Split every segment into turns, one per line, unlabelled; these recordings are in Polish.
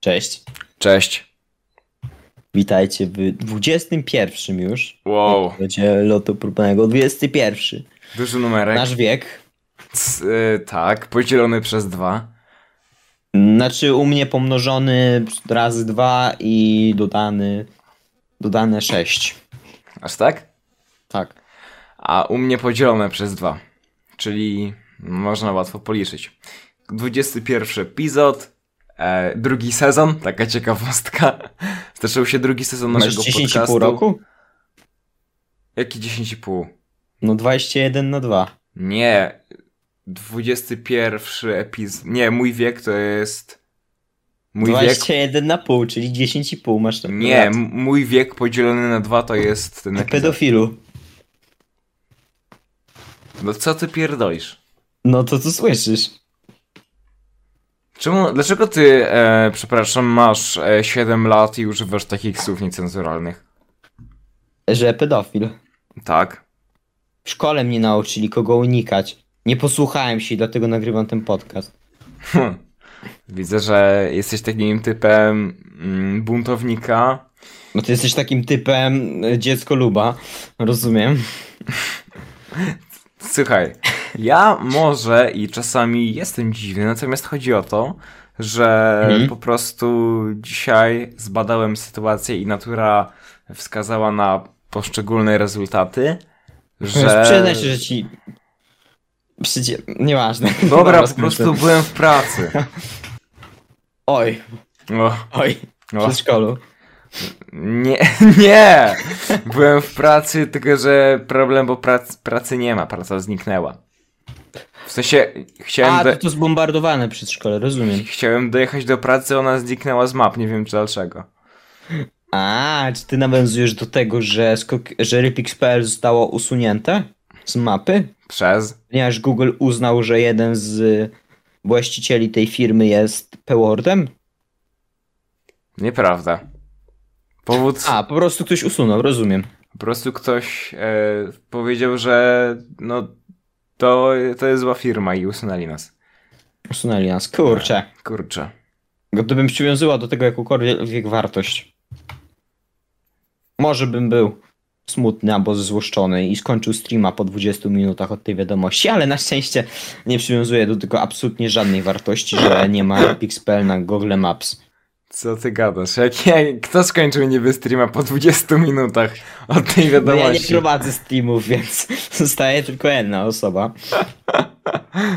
Cześć.
Cześć.
Witajcie w 21 już.
Wow,
Będzie lotu próbnego 21.
duży numerek.
Nasz wiek.
C, y, tak, podzielony przez dwa.
Znaczy u mnie pomnożony razy 2 i dodany dodane 6.
Aż tak?
Tak.
A u mnie podzielone przez dwa. Czyli można łatwo policzyć. 21 epizod, e, drugi sezon, taka ciekawostka. Zaczął się drugi sezon
Masz
naszego
10,5
podcastu.
roku?
Jaki 10,5?
No 21 na 2.
Nie. 21 epizod. Nie, mój wiek to jest. Mój wiek
21 na pół, czyli 10,5 masz tam.
Nie, m- mój wiek podzielony na dwa to jest ten
Jak
epizod.
pedofilu.
No co ty pierdolisz?
No to co słyszysz?
Czemu, dlaczego ty, e, przepraszam, masz e, 7 lat i używasz takich słów niecenzuralnych?
Że pedofil.
Tak.
W szkole mnie nauczyli, kogo unikać. Nie posłuchałem się i dlatego nagrywam ten podcast.
Hm. Widzę, że jesteś takim typem mm, buntownika.
No ty jesteś takim typem y, dziecko luba, rozumiem.
Słuchaj, ja może i czasami jestem dziwny, natomiast chodzi o to, że
Mhm.
po prostu dzisiaj zbadałem sytuację i natura wskazała na poszczególne rezultaty,
Że...
że...
Przyznaj No, się, że ci... Przycie... Nieważne.
Dobra, po
skręcę.
prostu byłem w pracy.
Oj,
O,
oj, w
o.
przedszkolu.
no Nie, nie! Byłem w pracy, tylko że problem, bo prac, pracy nie ma, praca zniknęła. W sensie, chciałem,
A, to,
do,
to zbombardowane przedszkole, rozumiem.
chciałem dojechać do pracy, ona zniknęła z map, nie wiem czy dlaczego.
A, czy ty nawiązujesz do tego, że, skok... że Rypix.pl zostało usunięte z mapy?
Przez?
Ponieważ Google uznał, że jeden z e, właścicieli tej firmy jest P-Wordem?
Nieprawda. Powód,
A, po prostu ktoś usunął, rozumiem.
po prostu ktoś e, powiedział, że no, to, to jest zła firma i usunęli nas.
Usunęli nas. Kurczę.
Kurczę.
Gdybym przywiązała do tego jakąkolwiek wartość. Może bym był smutny albo złoszczony i skończył streama po 20 minutach od tej wiadomości, ale na szczęście nie przywiązuję do tego absolutnie żadnej wartości, że nie ma Pixpel na Google Maps.
Co ty gadasz? Jak, jak, kto skończył niby streama po 20 minutach od
No ja
tej
nie
wiadomości?
prowadzę streamów, więc zostaje tylko jedna osoba.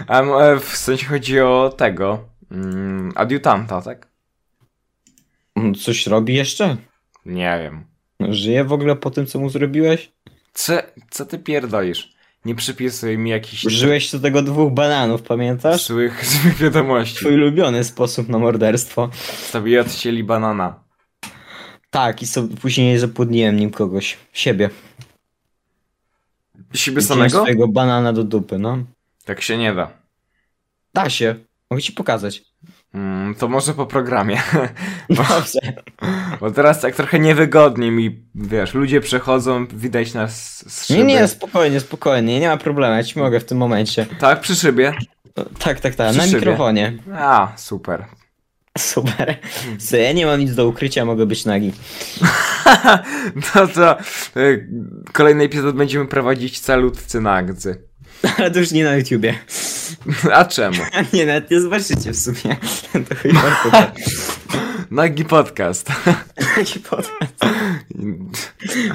A m- e, w sensie chodzi o tego, mm, adiutanta, tak?
Mm, Coś robi jeszcze?
Nie wiem.
Żyje w ogóle po tym, co mu zrobiłeś?
Co, co ty pierdolisz? Nie przypisuj mi jakichś
Użyłeś do tego dwóch bananów, pamiętasz?
złych, złych wiadomości.
Twój ulubiony sposób na morderstwo.
Sobie odcięli banana.
Tak, i so, później zapłodniłem nim kogoś. Siebie. Wrzuciłem
Siebie samego?
swojego banana do dupy, no.
Tak się nie da.
Da się. Mogę ci pokazać.
Mm, to może po programie. No,
Dobrze.
Bo teraz tak trochę niewygodnie mi, wiesz, ludzie przechodzą, widać nas z szyby.
Nie, nie, spokojnie, spokojnie. Nie ma problemu, ja ci mogę w tym momencie.
Tak, przy szybie.
Tak, tak, tak.
Przy
Na
szybie.
mikrofonie.
A, super.
Super. Co, ja nie mam nic do ukrycia, mogę być nagi.
No to y, kolejny epizod będziemy prowadzić calutcy nagdzy.
Ale to już nie na YouTubie.
A czemu?
Nie, nawet nie zobaczycie w sumie. To chuj warto.
Nagi podcast.
Taki podcast.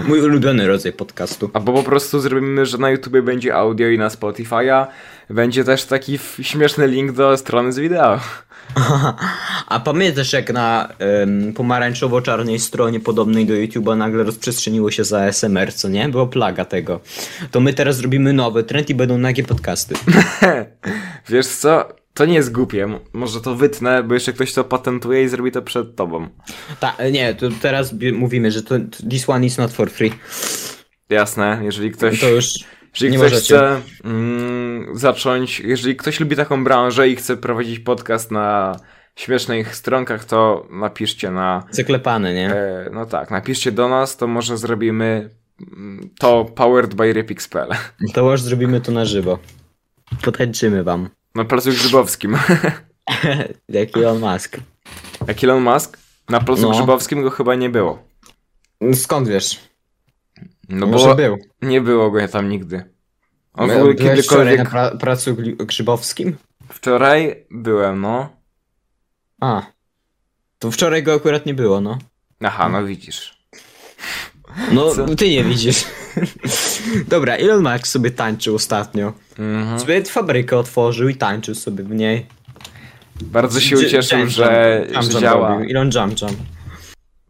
Mój ulubiony rodzaj podcastu.
Albo po prostu zrobimy, że na YouTubie będzie audio i na Spotify'a będzie też taki f- śmieszny link do strony z wideo.
A pamiętasz jak na em, pomarańczowo-czarnej stronie podobnej do YouTube'a nagle rozprzestrzeniło się za ASMR, co nie? Była plaga tego. To my teraz zrobimy nowy trend i będą nagie podcasty.
Wiesz co? To nie jest głupie. M- Może to wytnę, bo jeszcze ktoś to patentuje i zrobi to przed tobą.
Ta, nie, to teraz bi- mówimy, że to, to this one is not for free.
Jasne, jeżeli ktoś,
To już
jeżeli
nie
ktoś
możecie.
chce mm, zacząć, jeżeli ktoś lubi taką branżę i chce prowadzić podcast na śmiesznych stronkach, to napiszcie na
zaklepane, nie?
E, no tak, napiszcie do nas, to może zrobimy mm, to powered by Repix.pl.
To już zrobimy to na żywo. Podchęczymy wam.
Na placu Grzybowskim.
Jaki on mask.
Jak Elon Musk? Na placu
No.
Grzybowskim go chyba nie było.
Skąd wiesz?
No
Może
bo
był.
nie było go tam nigdy. On w
By-
ogóle
Byłeś wczoraj
kiedykolwiek...
na pra- pracu gli- grzybowskim?
Wczoraj byłem, no.
A. To wczoraj go akurat nie było, no.
Aha, no widzisz.
No,
Co?
ty nie widzisz. Dobra, Elon Musk sobie tańczył ostatnio.
Mhm.
Sobie fabrykę otworzył i tańczył sobie w niej.
Bardzo się
Dzie-
ucieszył,
jump
że,
jump, jump
że
jump
działa.
robił. Elon Jump Jump.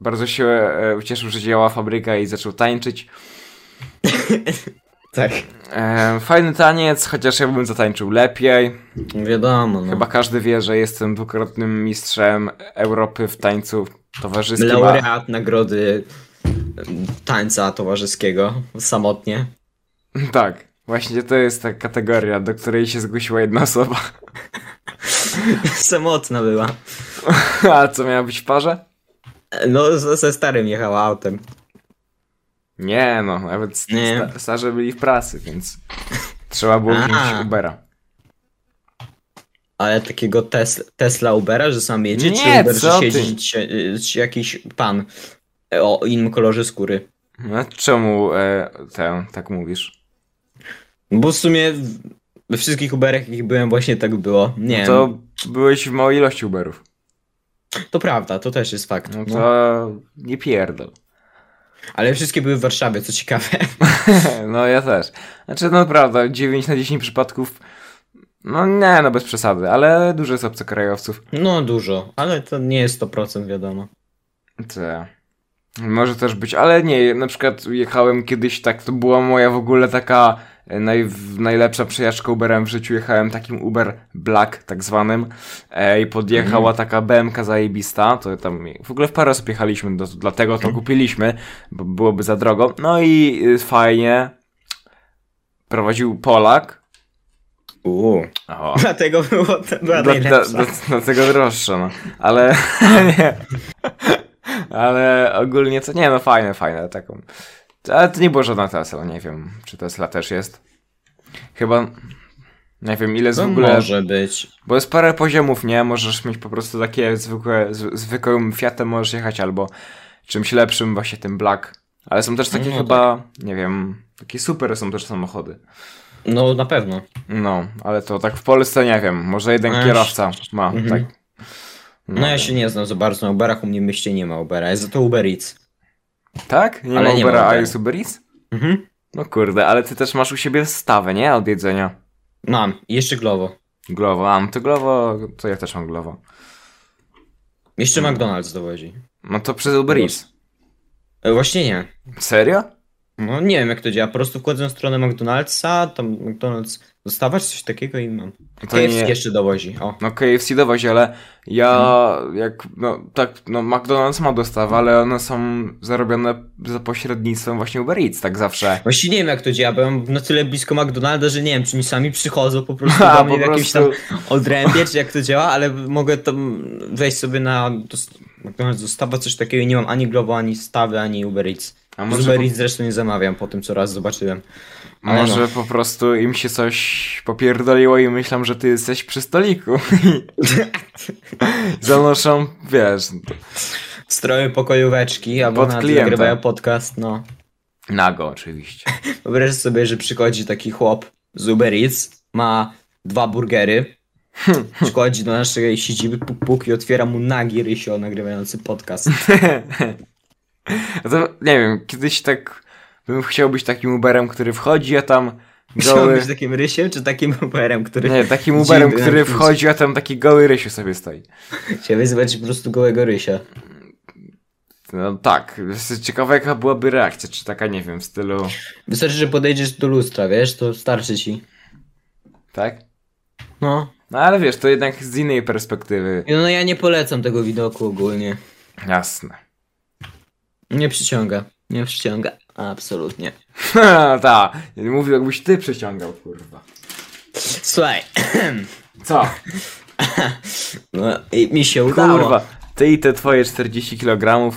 Bardzo się e, ucieszył, że działa fabryka i zaczął tańczyć.
Tak.
E, fajny taniec, chociaż ja bym zatańczył lepiej.
Wiadomo, no.
Chyba każdy wie, że jestem dwukrotnym mistrzem Europy w tańcu towarzyskim. a-
Laureat nagrody em, tańca towarzyskiego samotnie.
Tak, właśnie to jest ta kategoria, do której się zgłosiła jedna osoba.
Samotna była.
A co miała być w parze?
No, ze ze starym jechała autem.
Nie no, nawet st-
Nie.
Sta- starzy byli w pracy, więc trzeba było
A.
wziąć Ubera.
Ale takiego tes Tesla Ubera, że sam jedzie,
Nie,
czy Uber,
co
że siedzi
ty?
ci- y, ci jakiś pan e, o innym kolorze skóry.
No czemu e, tę, tak mówisz?
Bo w sumie w- we wszystkich Uberach, jakich byłem, właśnie tak było. Nie wiem, to...
No To byłeś w małej ilości Uberów.
prawda, no, to też jest fakt.
No
no.
to nie pierdol.
Ale wszystkie były w Warszawie, co ciekawe.
No ja też. Znaczy no prawda, 9 na 10 przypadków, no nie, no bez przesady, ale dużo jest obcokrajowców.
No dużo, ale to nie jest 100% wiadomo.
Te. Może też być, ale nie, na przykład jechałem kiedyś tak, to była moja w ogóle taka e, naj, w- najlepsza przejażdżka Uberem w życiu, jechałem takim Uber Black tak zwanym e, i podjechała taka BMK zajebista, to tam w ogóle w parę osób jechaliśmy, do, dlatego to kupiliśmy, bo byłoby za drogo, no i y, fajnie prowadził Polak,
Uuu.
o,
Dlatego było, to była
dla, dla,
najlepsza.
dla, dlatego droższa, no. Ale nie. Ale ogólnie to nie, no fajne, fajne. Taką. Ale to nie było żadna Tesla, nie wiem, czy Tesla też jest. Chyba, nie wiem ile jest
To
w ogóle,
No, może być.
bo jest parę poziomów, nie? Możesz mieć po prostu takie zwykłe, z, zwykłym Fiatem możesz jechać albo czymś lepszym, właśnie tym Black. Ale są też takie
No
chyba, nie wiem, takie super są też samochody.
No na pewno.
No, ale to tak w Polsce nie wiem, może jeden
No ja
kierowca ma,
Mhm.
tak.
No ja się nie znam za bardzo na Uberach, u mnie w mieście nie ma Ubera, jest za to Uber Eats.
Tak? Nie
Ale
ma
nie
Ubera,
ma
a
Ubera.
jest Uber Eats?
Mhm.
No kurde, ale ty też masz u siebie stawę, nie? Od jedzenia.
Mam, I jeszcze Glovo.
Glowo, a no to glowo, to ja też mam glowo.
Jeszcze
Mhm.
McDonald's dowozi.
No to przez Uber Eats.
E, Właśnie nie.
Serio?
No nie wiem jak to działa, po prostu wchodzę na stronę McDonald'sa, tam McDonald's dostawać coś takiego i mam.
No To
KFC
nie...
jeszcze dowozi, o.
No KFC dowozi, ale ja
Mhm.
jak, no tak, no McDonald's ma dostawę, ale one są zarobione za pośrednictwem właśnie Uber Eats, tak zawsze.
Właśnie nie wiem jak to działa, bo ja mam na tyle blisko McDonalda, że nie wiem czy mi sami przychodzą po prostu
A,
do
po
mnie w jakimś tam
prostu...
odrębie, czy jak to działa, ale mogę tam wejść sobie na dos- McDonald's dostawa, coś takiego i nie mam ani Globo, ani Stawy, ani Uber Eats.
A
Z
może,
Uber Eats zresztą nie zamawiam po tym, co raz zobaczyłem.
po,
ale no.
może po prostu im się coś popierdoliło i myślą, że ty jesteś przy stoliku. Zanoszą, wiesz,
Stroje pokojóweczki, albo
Pod
Pod nawet
klienta.
nagrywają podcast, no.
Nago oczywiście.
Wyobraź sobie, że przychodzi taki chłop z Uber Eats, ma dwa burgery, przychodzi do naszej siedziby, puk, puk i otwiera mu nagi rysio nagrywający podcast.
A to, nie wiem, kiedyś tak bym chciał być takim Uberem, który wchodzi, a tam
Chciałbyś
goły...
być takim rysiem, czy takim Uberem, który
Nie, takim Uberem,
Dziwny
który
jakiś.
wchodzi, a tam taki goły Rysiu sobie stoi.
chciałbyś zobaczyć po prostu gołego rysia?
No tak, jest ciekawe jaka byłaby reakcja, czy taka, nie wiem, w stylu...
Wystarczy, że podejdziesz do lustra, wiesz, to starczy ci.
Tak?
No.
No ale wiesz, to jednak z innej perspektywy.
No ja nie polecam tego widoku ogólnie.
Jasne.
Nie przyciąga. Nie przyciąga. Absolutnie.
Ta, mówił jakbyś ty przyciągał, kurwa.
Słuchaj.
Co?
No i mi się udało.
Kurwa, ty i te twoje 40 kg.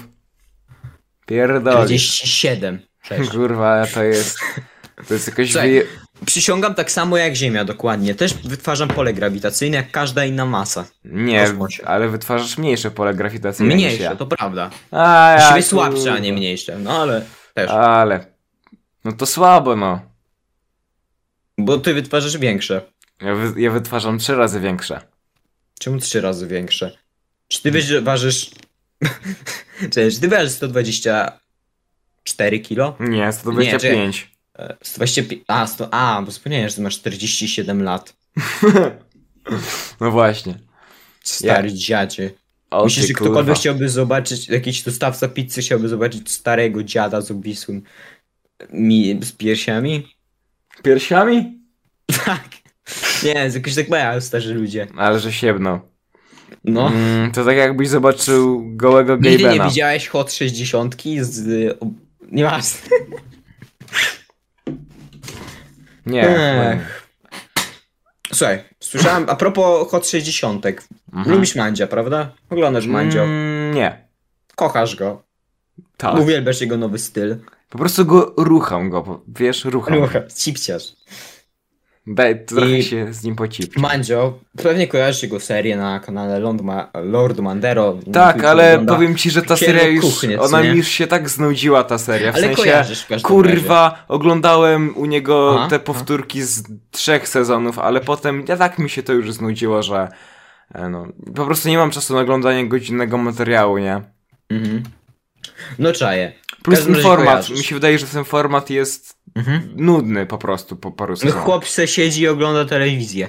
Pierdolisz.
47. Cześć.
Kurwa, to jest. To jest jakoś
Czekaj.
wyje,
Przysiągam tak samo jak Ziemia, dokładnie. Też wytwarzam pole grawitacyjne jak każda inna masa.
Nie,
Kosmosie.
ale wytwarzasz mniejsze pole grawitacyjne niż ja.
Mniejsze, to prawda.
A, ja,
Siły
tu-
słabsze, a nie mniejsze, no ale też.
Ale... No to słabo, no.
Bo ty wytwarzasz większe.
Ja, wy, ja wytwarzam trzy razy większe.
Czemu trzy razy większe? Czy ty wiesz, że ważysz... Cześć, czy ty ważysz 124 kilo?
Nie, 125.
E, 125... A, 100... A, bo wspomniałem, że ty masz 47 lat.
No właśnie.
Stary dziadzie.
Tak. O,
Myślisz,
ty
że
kurwa.
ktokolwiek chciałby zobaczyć, jakiś dostawca pizzy chciałby zobaczyć starego dziada z obwisłym mi z piersiami?
Piersiami?
Tak. Nie, z jakoś tak mają starzy ludzie.
Ale że siebno.
No.
Mm, to tak jakbyś zobaczył gołego
Nigdy nie
Gabena.
widziałeś Hot 60 z... y, ob- Nieważne.
Nie.
Ech. Słuchaj, słyszałem, a propos Hot 60
Mhm.
lubisz Mandzia, prawda? Oglądasz Mandzia,
Mm, nie.
kochasz go,
Tak.
uwielbiasz jego nowy styl.
Po prostu go rucham go, po- wiesz, rucham.
Kochasz, cipciarz.
Daj trochę
I-
się z nim pocipić.
Mandzio, pewnie kojarzysz jego serię na kanale Lord, Ma- Lord Mandero.
Tak,
Tylko
ale
wygląda-
powiem ci, że ta
Kielo
seria już,
kuchnie, co
ona
nie?
mi już się tak znudziła ta seria, w
Ale
sensie,
kojarzysz w każdym
kurwa, oglądałem u niego
Aha,
te
aha.
powtórki z trzech sezonów, ale potem, ja tak mi się to już znudziło, że e, no, po prostu nie mam czasu na oglądanie godzinnego materiału, nie?
Razie. Mhm. No czaję.
Plus
każdym
ten
razie
format,
kojarzysz.
mi się wydaje, że ten format jest
Mhm.
nudny po prostu po paru
No
sezonach.
chłop se siedzi i ogląda telewizję.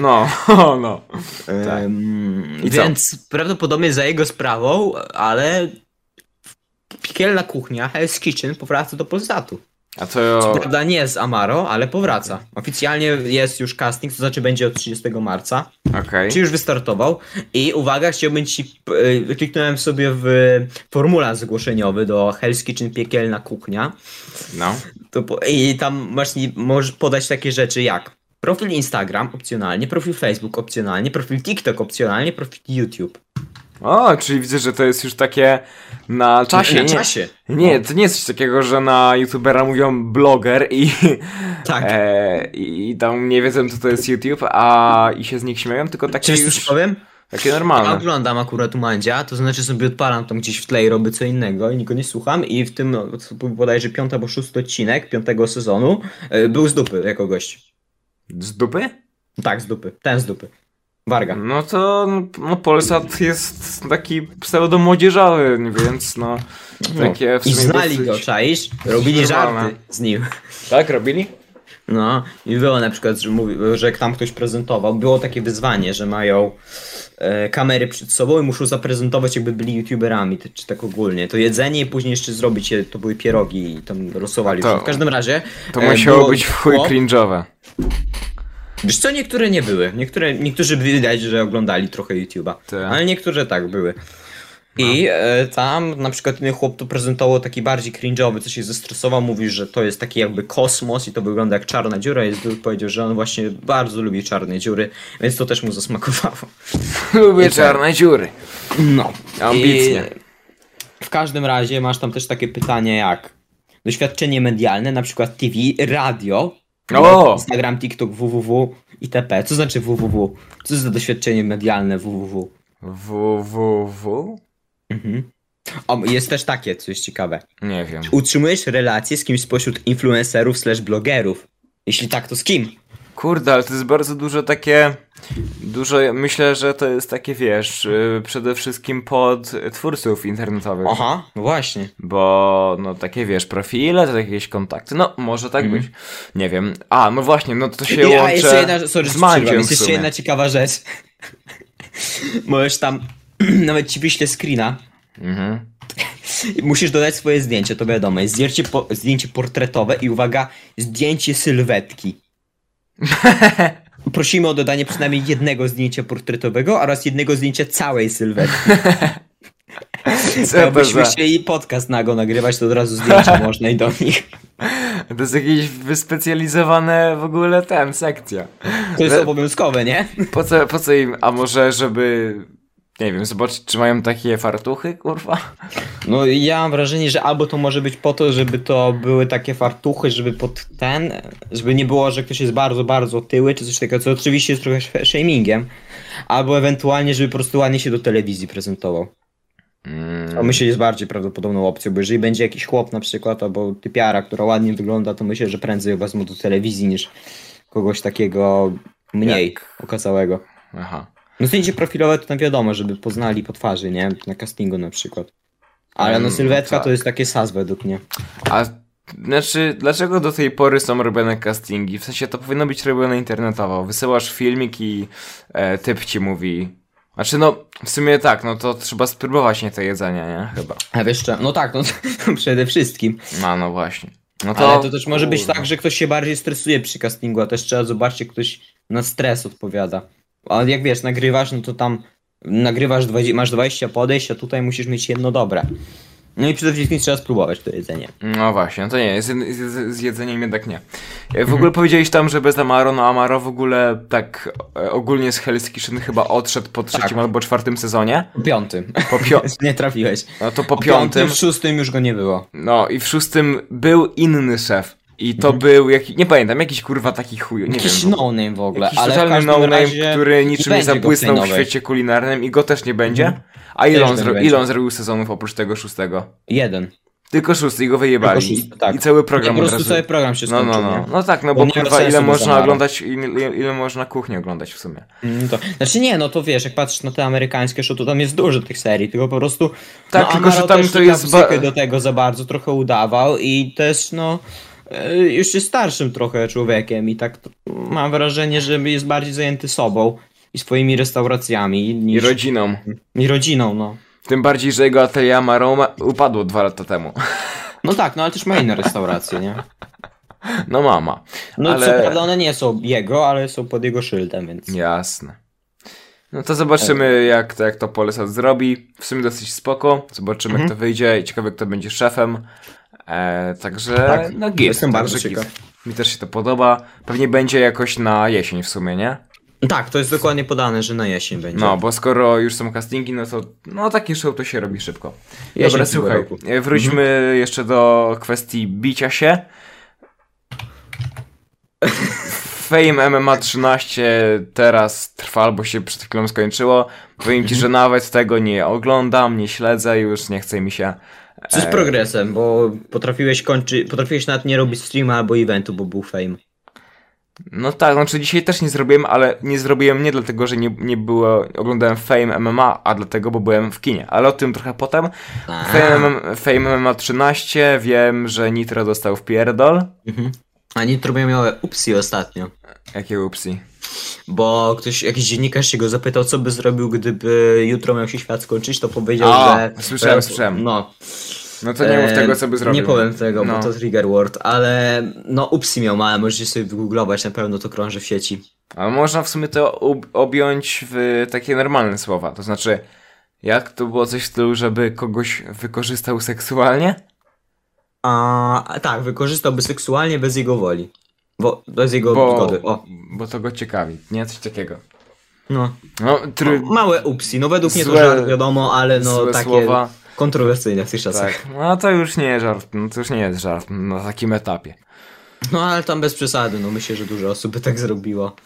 No, o, no. Tak.
Ehm,
I co?
więc prawdopodobnie za jego sprawą, ale piekielna kuchnia Hell's Kitchen powraca do Polsatu.
A to...
Co prawda nie z Amaro, ale powraca. Oficjalnie jest już casting, to znaczy będzie od 30 marca.
Okej.
Czy już wystartował? I uwaga, chciałbym ci. e, Kliknąłem sobie w formularz zgłoszeniowy do Hell's Kitchen Piekielna Kuchnia.
No.
To po, I tam właśnie możesz podać takie rzeczy jak profil Instagram opcjonalnie, profil Facebook opcjonalnie, profil TikTok opcjonalnie, profil YouTube.
O, czyli widzę, że to jest już takie na czasie.
Na
nie,
czasie.
nie, to nie jest coś takiego, że na youtubera mówią bloger i,
Tak.
e, i tam nie wiedzą co to jest YouTube, a i się z nich śmieją, tylko takie
Czy już
już
powiem?
takie
Ja
normalne.
oglądam akurat Mandzia, to znaczy sobie odpalam tam gdzieś w tle i robię co innego i nikogo nie słucham i w tym no, co był bodajże piąty albo szósty odcinek piątego sezonu e, był z dupy jako gość.
Z dupy?
Tak, z dupy. Ten z dupy. Warga.
No to no, Polsat jest taki pseudomłodzieżowy, więc no takie w
I
sumie
znali
dosyć-
go, czaisz? Robili
normalne.
żarty z nim.
Tak, robili?
No, i było na przykład, że, mówi, że tam ktoś prezentował, było takie wyzwanie, że mają e, kamery przed sobą i muszą zaprezentować jakby byli youtuberami, ty- czy tak ogólnie. To jedzenie i później jeszcze zrobić, je, to były pierogi i tam rosowali.
No To-
w każdym razie...
To
e,
musiało
było
być w chuj
tło.
cringe'owe.
Wiesz co, niektóre nie były. Niektóre, niektórzy widać, że oglądali trochę YouTube'a,
Tak.
ale niektóre tak były. I e, tam na przykład ten chłop to prezentował taki bardziej cringe'owy, co się zestresował, mówił, że to jest taki jakby kosmos i to wygląda jak czarna dziura i powiedział, że on właśnie bardzo lubi czarne dziury, więc to też mu zasmakowało.
Lubię
I co?
czarne dziury.
No.
Ambitnie.
I w każdym razie masz tam też takie pytania jak doświadczenie medialne, na przykład TV, radio,
O!
Instagram, TikTok, www itp. Co znaczy www? Co za doświadczenie medialne www?
WWW?
Mhm. O, jest też takie, co jest ciekawe.
Nie wiem.
Utrzymujesz relacje z kimś spośród influencerów slash blogerów? Jeśli tak, to z kim?
Kurde, ale to jest bardzo dużo takie. Dużo, myślę, że to jest takie, wiesz, yy, przede wszystkim pod twórców internetowych.
Aha, no właśnie.
Bo, no takie, wiesz, profile, to jakieś kontakty. No, może tak być. Nie wiem. A, no właśnie, no to się
I-
łączy
a jeszcze Mhm. jedna, sorry,
z
że przerwam,
Mandziem
jest
w
jeszcze
sumie.
jedna ciekawa rzecz. Możesz tam, nawet ci wyślę screena,
Mhm.
Musisz dodać swoje zdjęcie, to wiadomo. Jest Zdjęcie, po, zdjęcie portretowe i uwaga, zdjęcie sylwetki. Prosimy o dodanie przynajmniej jednego zdjęcia portretowego oraz jednego zdjęcia całej sylwetki.
Co to,
Jakbyśmy
za...
chcieli podcast nago nagrywać, to od razu zdjęcia można i do nich.
to jest jakieś wyspecjalizowane w ogóle ten, sekcja.
To jest
Ale-
obowiązkowe, nie?
Po co, po co im? A może, żeby Nie wiem, zobacz, czy mają takie fartuchy, kurwa.
No i ja mam wrażenie, że albo to może być po to, żeby to były takie fartuchy, żeby pod ten, żeby nie było, że ktoś jest bardzo, bardzo tyły czy coś takiego, co oczywiście jest trochę sh- shamingiem, albo ewentualnie, żeby po prostu ładnie się do telewizji prezentował.
Mm,
To myślę, że jest bardziej prawdopodobną opcją, bo jeżeli będzie jakiś chłop na przykład, albo typiara, która ładnie wygląda, to myślę, że prędzej wezmą do telewizji niż kogoś takiego mniej okazałego.
Aha.
No zdjęcie profilowe to tam wiadomo, żeby poznali po twarzy, nie? Na castingu na przykład. Ale no
Mm,
sylwetka
tak.
to jest takie sas według mnie.
A znaczy, dlaczego do tej pory są robione castingi? W sensie to powinno być robione internetowo. Wysyłasz filmik i e, typ ci mówi. Znaczy, no, w sumie tak, no to trzeba spróbować nie to jedzenie, nie? Chyba.
A wiesz co? No tak, no to przede wszystkim.
No, no właśnie. No to,
Ale to też może być
Kurwa.
tak, że ktoś się bardziej stresuje przy castingu, a też trzeba zobaczyć, jak ktoś na stres odpowiada. A jak wiesz, nagrywasz, no to tam nagrywasz, 20, masz 20 podejść, a tutaj musisz mieć jedno dobre. No i przede wszystkim trzeba spróbować to jedzenie.
No właśnie, no to nie, z, z, z jedzeniem jednak nie. E, W ogóle powiedziałeś tam, że bez Amaro, no Amaro w ogóle tak e, ogólnie z Hell's Kitchen chyba odszedł po
Tak.
trzecim albo czwartym sezonie.
Po piątym.
Po pio-
Nie trafiłeś.
no to po piątym.
W szóstym już go nie było.
No i w szóstym był inny szef. I to był jakiś, nie pamiętam, jakiś kurwa taki chuj, nie
Mhm. Jakiś
wiem. no.
no-name w ogóle,
jakiś
ale w
totalny
każdym
no-name,
razie
który
nie
niczym nie
będzie go
zabłysnął w
planowej.
świecie kulinarnym i go też nie będzie.
Mhm.
A ile
Też
on,
nie
zro-
będzie.
ile on zrobił sezonów oprócz tego szóstego?
Jeden.
Tylko szósty i go wyjebali.
Tylko szósty, tak.
I cały
Po
program od
prostu
razu.
cały program się
No,
skończył,
no,
nie?
no. No tak, no
Bo
bo
nie ma
kurwa,
sensu
ile
bez
można
Amaro.
oglądać, ile, ile można kuchni oglądać w sumie.
Mm, To, znaczy nie, no to wiesz, jak patrzysz na te amerykańskie show, to tam jest dużo tych serii, tylko po prostu...
Tak,
no,
tylko,
Amaro
że tam
też
to
nie tam
jest
psychy
ba-
do tego za bardzo trochę udawał i też, no... e, Już jest starszym trochę człowiekiem i tak to- mam wrażenie, że jest bardziej zajęty sobą i swoimi restauracjami
I
niż,
rodziną.
i rodziną, no.
Tym bardziej, że jego atelier Amaro ma- upadło dwa lata temu.
No tak, no ale też ma inne restauracje, nie?
No mama.
No
Ale-
co prawda one nie są jego, ale są pod jego szyldem, więc...
Jasne. No to zobaczymy, jak to, jak to Polesat zrobi. W sumie dosyć spoko. Zobaczymy,
Mhm.
jak to wyjdzie. i Ciekawe, kto będzie szefem. E, także,
Tak,
no git.
jestem
także
bardzo
git.
ciekaw.
Mi też się to podoba. Pewnie będzie jakoś na jesień w sumie, nie?
Tak, to jest dokładnie podane, że na jesień będzie.
No, bo skoro już są castingi, no to no takie show to się robi szybko.
Jesień
Dobra,
w tym
słuchaj,
roku.
e, wróćmy jeszcze do kwestii bicia się. Fame MMA 13 teraz trwa, albo się przed chwilą skończyło. Powiem ci, że nawet tego nie oglądam, nie śledzę już, nie chce mi się. e,
Co z progresem, bo potrafiłeś kończy, potrafiłeś nawet nie robić streama albo eventu, bo był fame.
No tak, znaczy dzisiaj też nie zrobiłem, ale nie zrobiłem nie dlatego, że nie, nie było, oglądałem Fame MMA, a dlatego, bo byłem w kinie. Ale o tym trochę potem. Fame, Fame MMA 13, wiem, że Nitro dostał w pierdol.
Mhm. A Nitro miał małe upsi ostatnio,
Jakie upsi.
bo ktoś, jakiś dziennikarz się go zapytał, co by zrobił, gdyby jutro miał się świat skończyć, to powiedział,
A,
że...
słyszałem,
że-
słyszałem.
No.
No to nie mów
e,
tego, co by zrobił.
Nie powiem tego,
No.
bo to trigger word, ale no upsi miał małe, możecie sobie wygooglować, na pewno to krąży w sieci.
Ale można w sumie to ob- objąć w takie normalne słowa. To znaczy, jak to było coś w stylu, żeby kogoś wykorzystał seksualnie?
A, a tak, wykorzystałby seksualnie bez jego woli. Bo, bez jego
Bo,
zgody, o.
bo to go ciekawi, nie? Coś takiego.
No.
No, try,
No, Małe upsi, no według mnie to
Złe-
żart, wiadomo, ale no
złe
takie
słowa.
kontrowersyjne w tych czasach.
Tak, no to już nie żart, no to już nie jest żart na takim etapie.
No ale tam bez przesady, no myślę, że dużo osób by tak zrobiło.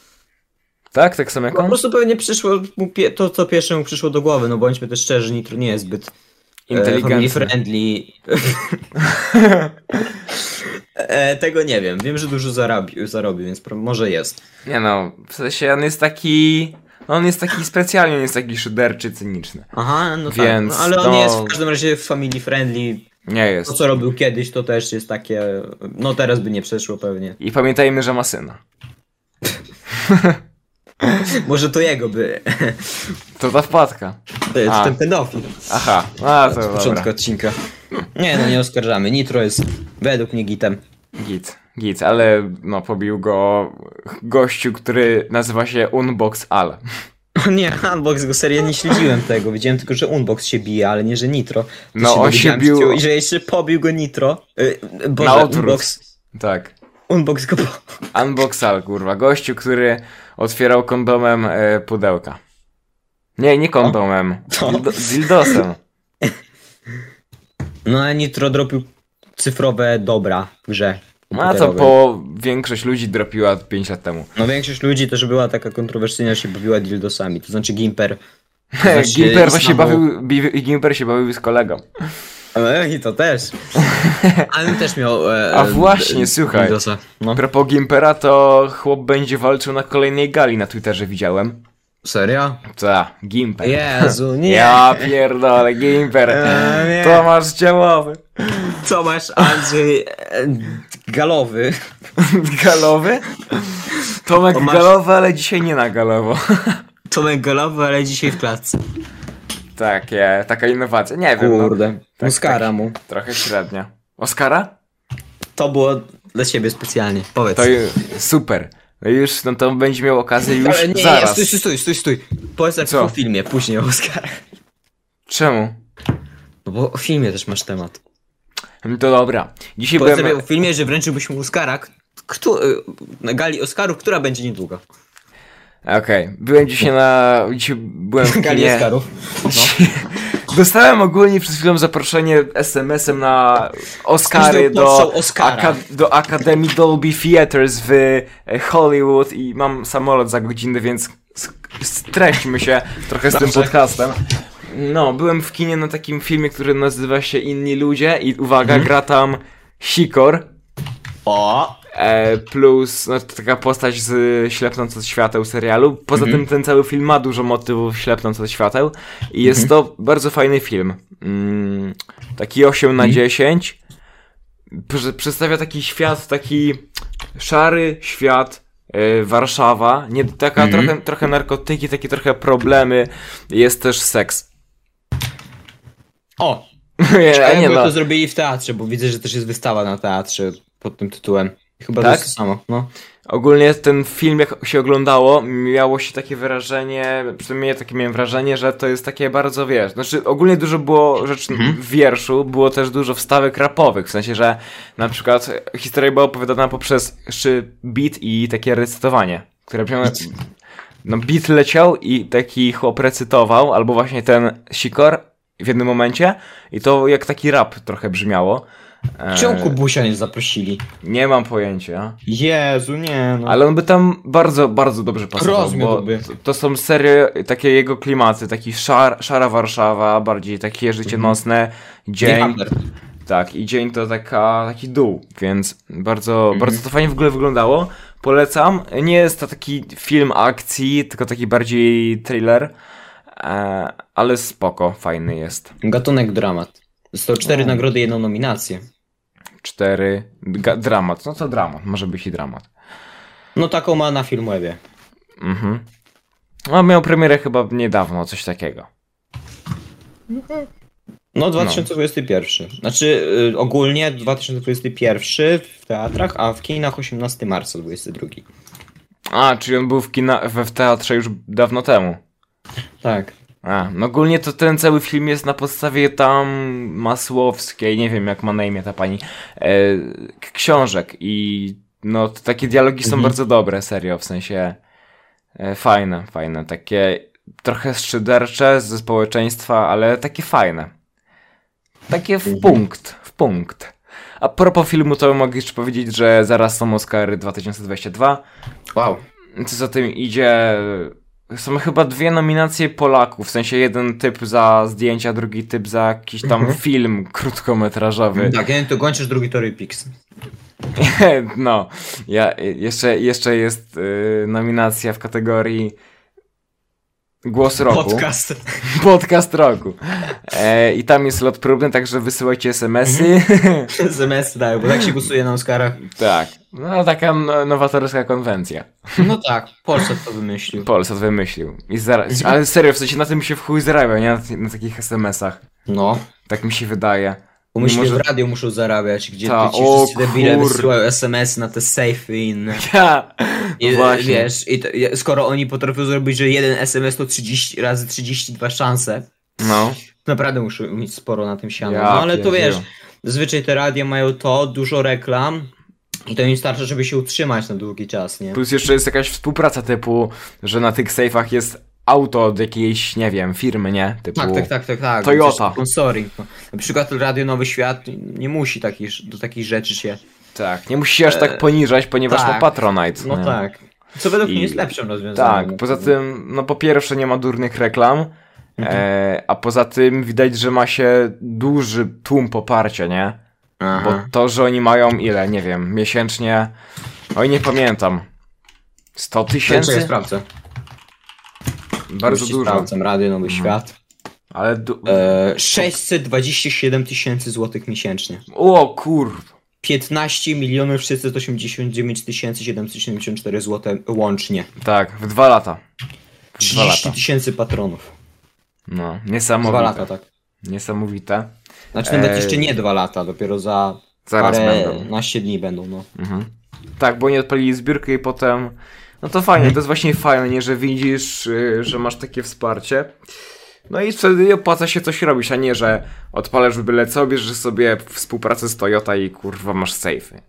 Tak, tak samo jak
Po
on?
prostu pewnie przyszło mu pie- to, co pierwszemu przyszło do głowy, no bądźmy też szczerzy, Nitro nie jest zbyt e, family
Inteligentny.
friendly. e, tego nie wiem, wiem, że dużo zarobił, zarobił więc pro- może jest.
Nie no, w sensie on jest taki... no On jest taki specjalnie, on jest taki szyderczy, cyniczny.
Aha, no
Więc
tak, no, ale on
to-
nie jest w każdym razie family friendly.
Nie
To,
jest.
No co robił kiedyś, to też jest takie, no teraz by nie przeszło pewnie.
I pamiętajmy, że ma syna.
Może to jego by,
To ta wpadka.
to jest
A.
E, ten pedofil.
Aha, a to
z początku
dobra.
odcinka. Nie no, nie oskarżamy. Nitro jest według mnie gitem.
Git, git, ale no pobił go gościu, który nazywa się Unbox Al.
O nie, Unbox go serio nie śledziłem tego. Wiedziałem tylko, że Unbox się bije, ale nie, że Nitro. To
No, on się
dowiedziałem
bił-
z tyłu I że jeszcze pobił go Nitro. Yy, Boże,
Na odwrót.
Unbox,
Tak.
Unbox go po...
Unbox Al, kurwa. Gościu, który otwierał kondomem e, pudełka. Nie, nie kondomem.
O.
Dildo, dildosem.
No a Nitro dropił cyfrowe dobra w grze.
No a co
komputerowej.
po większość ludzi dropiła 5 lat temu.
No większość ludzi też była taka kontrowersyjna, się bawiła dildosami, to znaczy Gimper. To znaczy,
Gimper właśnie
Istanbul-
bawił, bi- Gimper się bawił z kolegą.
E, I to też. Ale też miał. E,
A
e,
właśnie,
e,
słuchaj.
Windows-a.
A
No,
propos Gimpera, to chłop będzie walczył na kolejnej gali na Twitterze, widziałem.
serio?
Co? Gimper.
Jezu, nie.
Tak. Ja pierdolę, Gimper.
Eee, nie.
To masz działowy.
Co masz, Andrzej? E, galowy.
Galowy? Tomek
To masz-
galowy, ale dzisiaj nie na galowo.
Tomek galowy, ale dzisiaj w klatce.
Takie, taka innowacja. Nie wiem, no,
Kurde.
tak.
Oscara mu.
trochę średnio. Oscara?
To było dla ciebie specjalnie. Powiedz.
To ju- super. No już, no to będzie miał okazję już
Ale nie, nie,
zaraz.
stój, stój, stój, stój, stój. Powiedz jak
Co?
po filmie, później o Oscarach.
Czemu?
No bo o filmie też masz temat.
No To dobra. Dzisiaj
Powiedz
byłem...
sobie o filmie, że wręczyłbyś mu Oscara, k- kto, e, na gali Oscarów, która będzie niedługo.
Okej, byłem dzisiaj na... Dzisiaj byłem w kinie... Dostałem ogólnie przez chwilę zaproszenie SMS-em na Oscary
Ktoś
do,
dostał Oscara.
do Akademii Dolby Theaters w e, Hollywood i mam samolot za godzinę, więc s- streśmy się trochę z tym
Dobrze.
podcastem. No, byłem w kinie na takim filmie, który nazywa się Inni Ludzie i uwaga, gra tam Sikor
O!
e, plus no, to taka postać z Ślepnąc od świateł serialu. Poza
Mhm.
tym ten cały film ma dużo motywów Ślepnąc od świateł i jest
Mhm.
to bardzo fajny film. Mm, taki 8
Mhm.
na 10. Prze- przedstawia taki świat, taki szary świat e, Warszawa, nie, taka
Mhm.
trochę, trochę narkotyki, takie trochę problemy, jest też seks.
O!
nie,
A
nie,
jakby
no.
to zrobili w teatrze, bo widzę, że też jest wystawa na teatrze pod tym tytułem. Chyba
Tak?
to jest to samo, no.
Ogólnie ten film, jak się oglądało, miało się takie wrażenie, przynajmniej ja takie miałem wrażenie, że to jest takie bardzo, wiesz, znaczy ogólnie dużo było rzeczy w wierszu, było też dużo wstawek rapowych, w sensie, że na przykład historia była opowiadana poprzez szy beat i takie recytowanie, które miały... No beat leciał i taki chłop recytował, albo właśnie ten sikor w jednym momencie i to jak taki rap trochę brzmiało. E,
Czemu Kubusia nie zaprosili?
nie mam pojęcia.
Jezu, nie no.
Ale on by tam bardzo, bardzo dobrze pasował.
Rozmiótł
bo
by.
to- To są serio takie jego klimaty, taki szar, szara Warszawa, bardziej takie życie nocne,
Nie
dzień.
Hamler.
Tak, i dzień to taka, taki dół, więc bardzo, bardzo to fajnie w ogóle wyglądało. Polecam. Nie jest to taki film akcji, tylko taki bardziej thriller, e, ale spoko, fajny jest.
Gatunek dramat. Został cztery
O.
nagrody, jedną nominację.
Cztery, ga, dramat, no to dramat, może być i dramat.
No taką ma na Filmwebie.
Mhm. No, miał premierę chyba niedawno, coś takiego.
No 2021. Znaczy y, ogólnie 2021 w teatrach, a w kinach 18 marca 22.
A, czyli on był w kina, we w teatrze już dawno temu.
Tak.
A, no ogólnie to ten cały film jest na podstawie tam Masłowskiej, nie wiem jak ma na imię ta pani, e, k- książek i no to takie dialogi są
Mhm.
bardzo dobre, serio, w sensie e, fajne, fajne, takie trochę szydercze ze społeczeństwa, ale takie fajne. Takie w
Mhm.
punkt, w punkt. A propos filmu to mogę jeszcze powiedzieć, że zaraz są Oscary 2022,
Wow.
co za tym idzie, są chyba dwie nominacje Polaków, w sensie jeden typ za zdjęcia, drugi typ za jakiś tam
Mhm.
film krótkometrażowy.
Tak, jeden to kończysz, drugi to Rypix.
No, ja, jeszcze, jeszcze jest y, nominacja w kategorii Głos Roku.
Podcast.
Podcast Roku. E, I tam jest lot próbny, także wysyłajcie smsy.
Mhm. SMS dają, bo tak się głosuje na Oscarach.
tak, no taka no- nowatorska konwencja.
No tak, Polsat to wymyślił.
Polsat wymyślił. I zaraz, ale serio, w sensie na tym się w chuj zarabia, nie na, na takich smsach.
No.
Tak mi się wydaje.
Umyślnie
Może-
w radio muszą zarabiać, gdzie
Ta,
ci
o
wszyscy debile
kur-
wysyłają SMS na te sejfy i inne.
Ja!
I, e,
Właśnie.
wiesz, i to, i- skoro oni potrafią zrobić, że jeden SMS to 30 razy 32 szanse,
No.
to naprawdę muszą mieć sporo na tym siano.
Ja
no ale to
pierdzielę.
wiesz, zazwyczaj te radia mają to, dużo reklam i to im starczy, żeby się utrzymać na długi czas, nie?
Plus jeszcze jest jakaś współpraca typu, że na tych sejfach jest auto od jakiejś, nie wiem, firmy, nie? Typu...
Tak, tak, tak, tak, tak.
Toyota.
Coś Sponsoring. no. Na przykład Radio Nowy Świat nie musi takich, do takich rzeczy się.
Tak, nie musisz się aż tak
E,
poniżać, ponieważ
tak.
ma Patronite.
No
nie?
tak. Co według
I-
mnie jest lepszym rozwiązaniem.
Tak, poza tym, no po pierwsze nie ma durnych reklam,
Mhm.
e, a poza tym widać, że ma się duży tłum poparcia, nie?
Aha.
Bo to, że oni mają ile, nie wiem, miesięcznie, oj nie pamiętam, 100
Czekaj,
tysięcy?
sprawdzę.
Bardzo
Już ci
dużo,
Sprawdzam Radio Nowy
Mhm.
Świat.
ale du-
E, 627 tysięcy złotych miesięcznie.
o kur...
15 milionów 689 tysięcy 774 zł łącznie.
Tak, w dwa lata. W dwa
30
lata.
tysięcy patronów.
No,
Dwa
niesamowite.
lata, tak.
Niesamowite.
Znaczy nawet
Ej.
jeszcze nie dwa lata, dopiero za
Zaraz
parę
będą.
naście dni będą, no.
Mhm. Tak, bo oni odpalili zbiórkę i potem. No to fajnie,
Mhm.
to jest właśnie fajne, nie, że widzisz, y, że masz takie wsparcie. No i wtedy opłaca się coś robić, a nie, że odpalasz byle co, bierzesz sobie współpracę z Toyota i kurwa masz sejfy.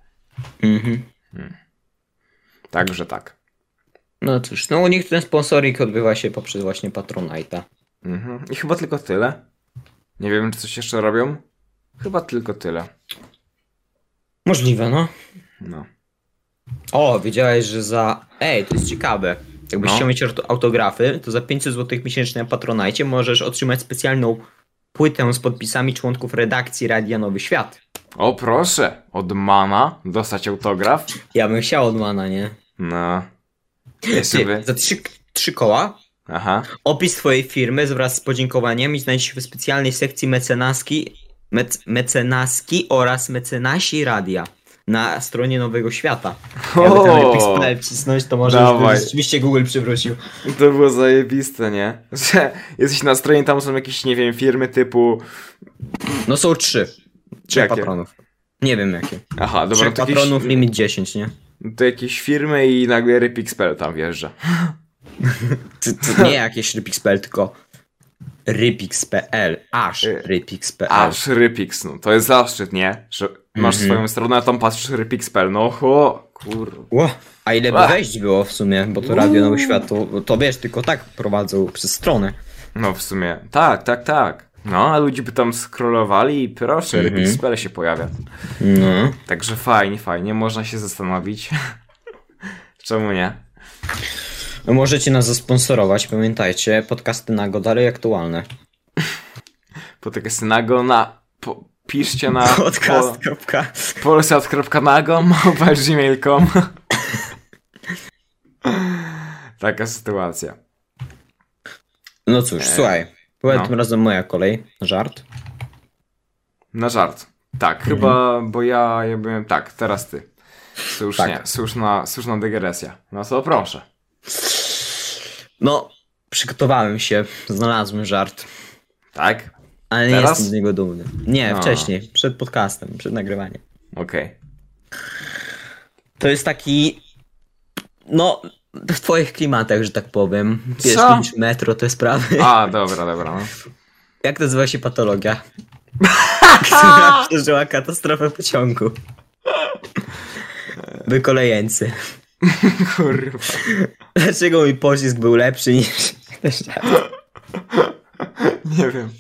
Mhm.
Także tak.
No cóż, no u nich ten sponsoring odbywa się poprzez właśnie Patronite'a.
Mhm. I chyba tylko tyle. Nie wiem, czy coś jeszcze robią. Chyba tylko tyle.
Możliwe, no.
No.
O, wiedziałeś, że za... Ej, to jest ciekawe. Jakbyś
No.
chciał mieć aut- autografy, to za 500 zł miesięcznie na Patronite możesz otrzymać specjalną płytę z podpisami członków redakcji Radia Nowy Świat.
O proszę, od Mana dostać autograf.
Ja bym chciał od Mana, nie?
No.
Ty,
Sobie.
za trzy, trzy koła
Aha.
opis twojej firmy wraz z podziękowaniem i znajdziesz w specjalnej sekcji mecenaski, mec, mecenaski oraz mecenasi radia na stronie Nowego Świata. Jakby tam
O!
jakiś sklep wcisnąć, to może
Dawaj.
już by rzeczywiście Google przywrócił.
To było zajebiste, nie? Że jesteś na stronie, tam są jakieś, nie wiem, firmy typu...
No są trzy. Trzy
Jakie?
patronów. Nie wiem jakie.
Aha, dobra,
Trzech
to jakieś,
patronów, limit 10, nie?
to jakieś firmy i nagle Rypixpel tam wjeżdża.
nie jakieś Rypix.pl, tylko Rypix.pl, aż
Y-
Rypix.pl.
Aż Rypix, no to jest zaszczyt, nie? Że masz
Mhm.
swoją stronę, a tam patrzysz Rypixpel, no ho, kurwa.
Ło, a ile by
Ach.
wejść było w sumie, bo to Radio Nowy Świat, to, to wiesz, tylko tak prowadzą przez stronę.
No w sumie, tak, tak, tak. No, a ludzie by tam scrollowali i proszę,
Mhm.
Rypixpel się pojawia.
No.
Także fajnie, fajnie, można się zastanowić. Czemu nie?
Możecie nas zasponsorować, pamiętajcie, podcasty nago dalej aktualne.
Po takie synago na... Po, piszcie na... po-
Podcast. kropka.
polsat.nago.gmail.com Taka sytuacja.
No cóż, słuchaj, była
no.
tym razem moja kolej, żart.
Na żart. Tak,
Mhm.
chyba, bo ja, ja byłem... Tak, teraz ty. Słusznie,
Tak.
słuszna, słuszna dygresja. No to proszę.
No, przygotowałem się, znalazłem żart,
Tak?
ale nie
Teraz?
jestem z niego dumny. Nie,
A.
wcześniej, przed podcastem, przed nagrywaniem.
Okej.
To jest taki, no, w twoich klimatach, że tak powiem. Wiesz,
Co?
niż metro te sprawy.
A, dobra, dobra. No.
Jak nazywa się patologia? Która przeżyła katastrofę pociągu. Wykolejeńcy.
Kurwa.
tak. Dlaczego mój pocisk był lepszy niż...
Nie wiem.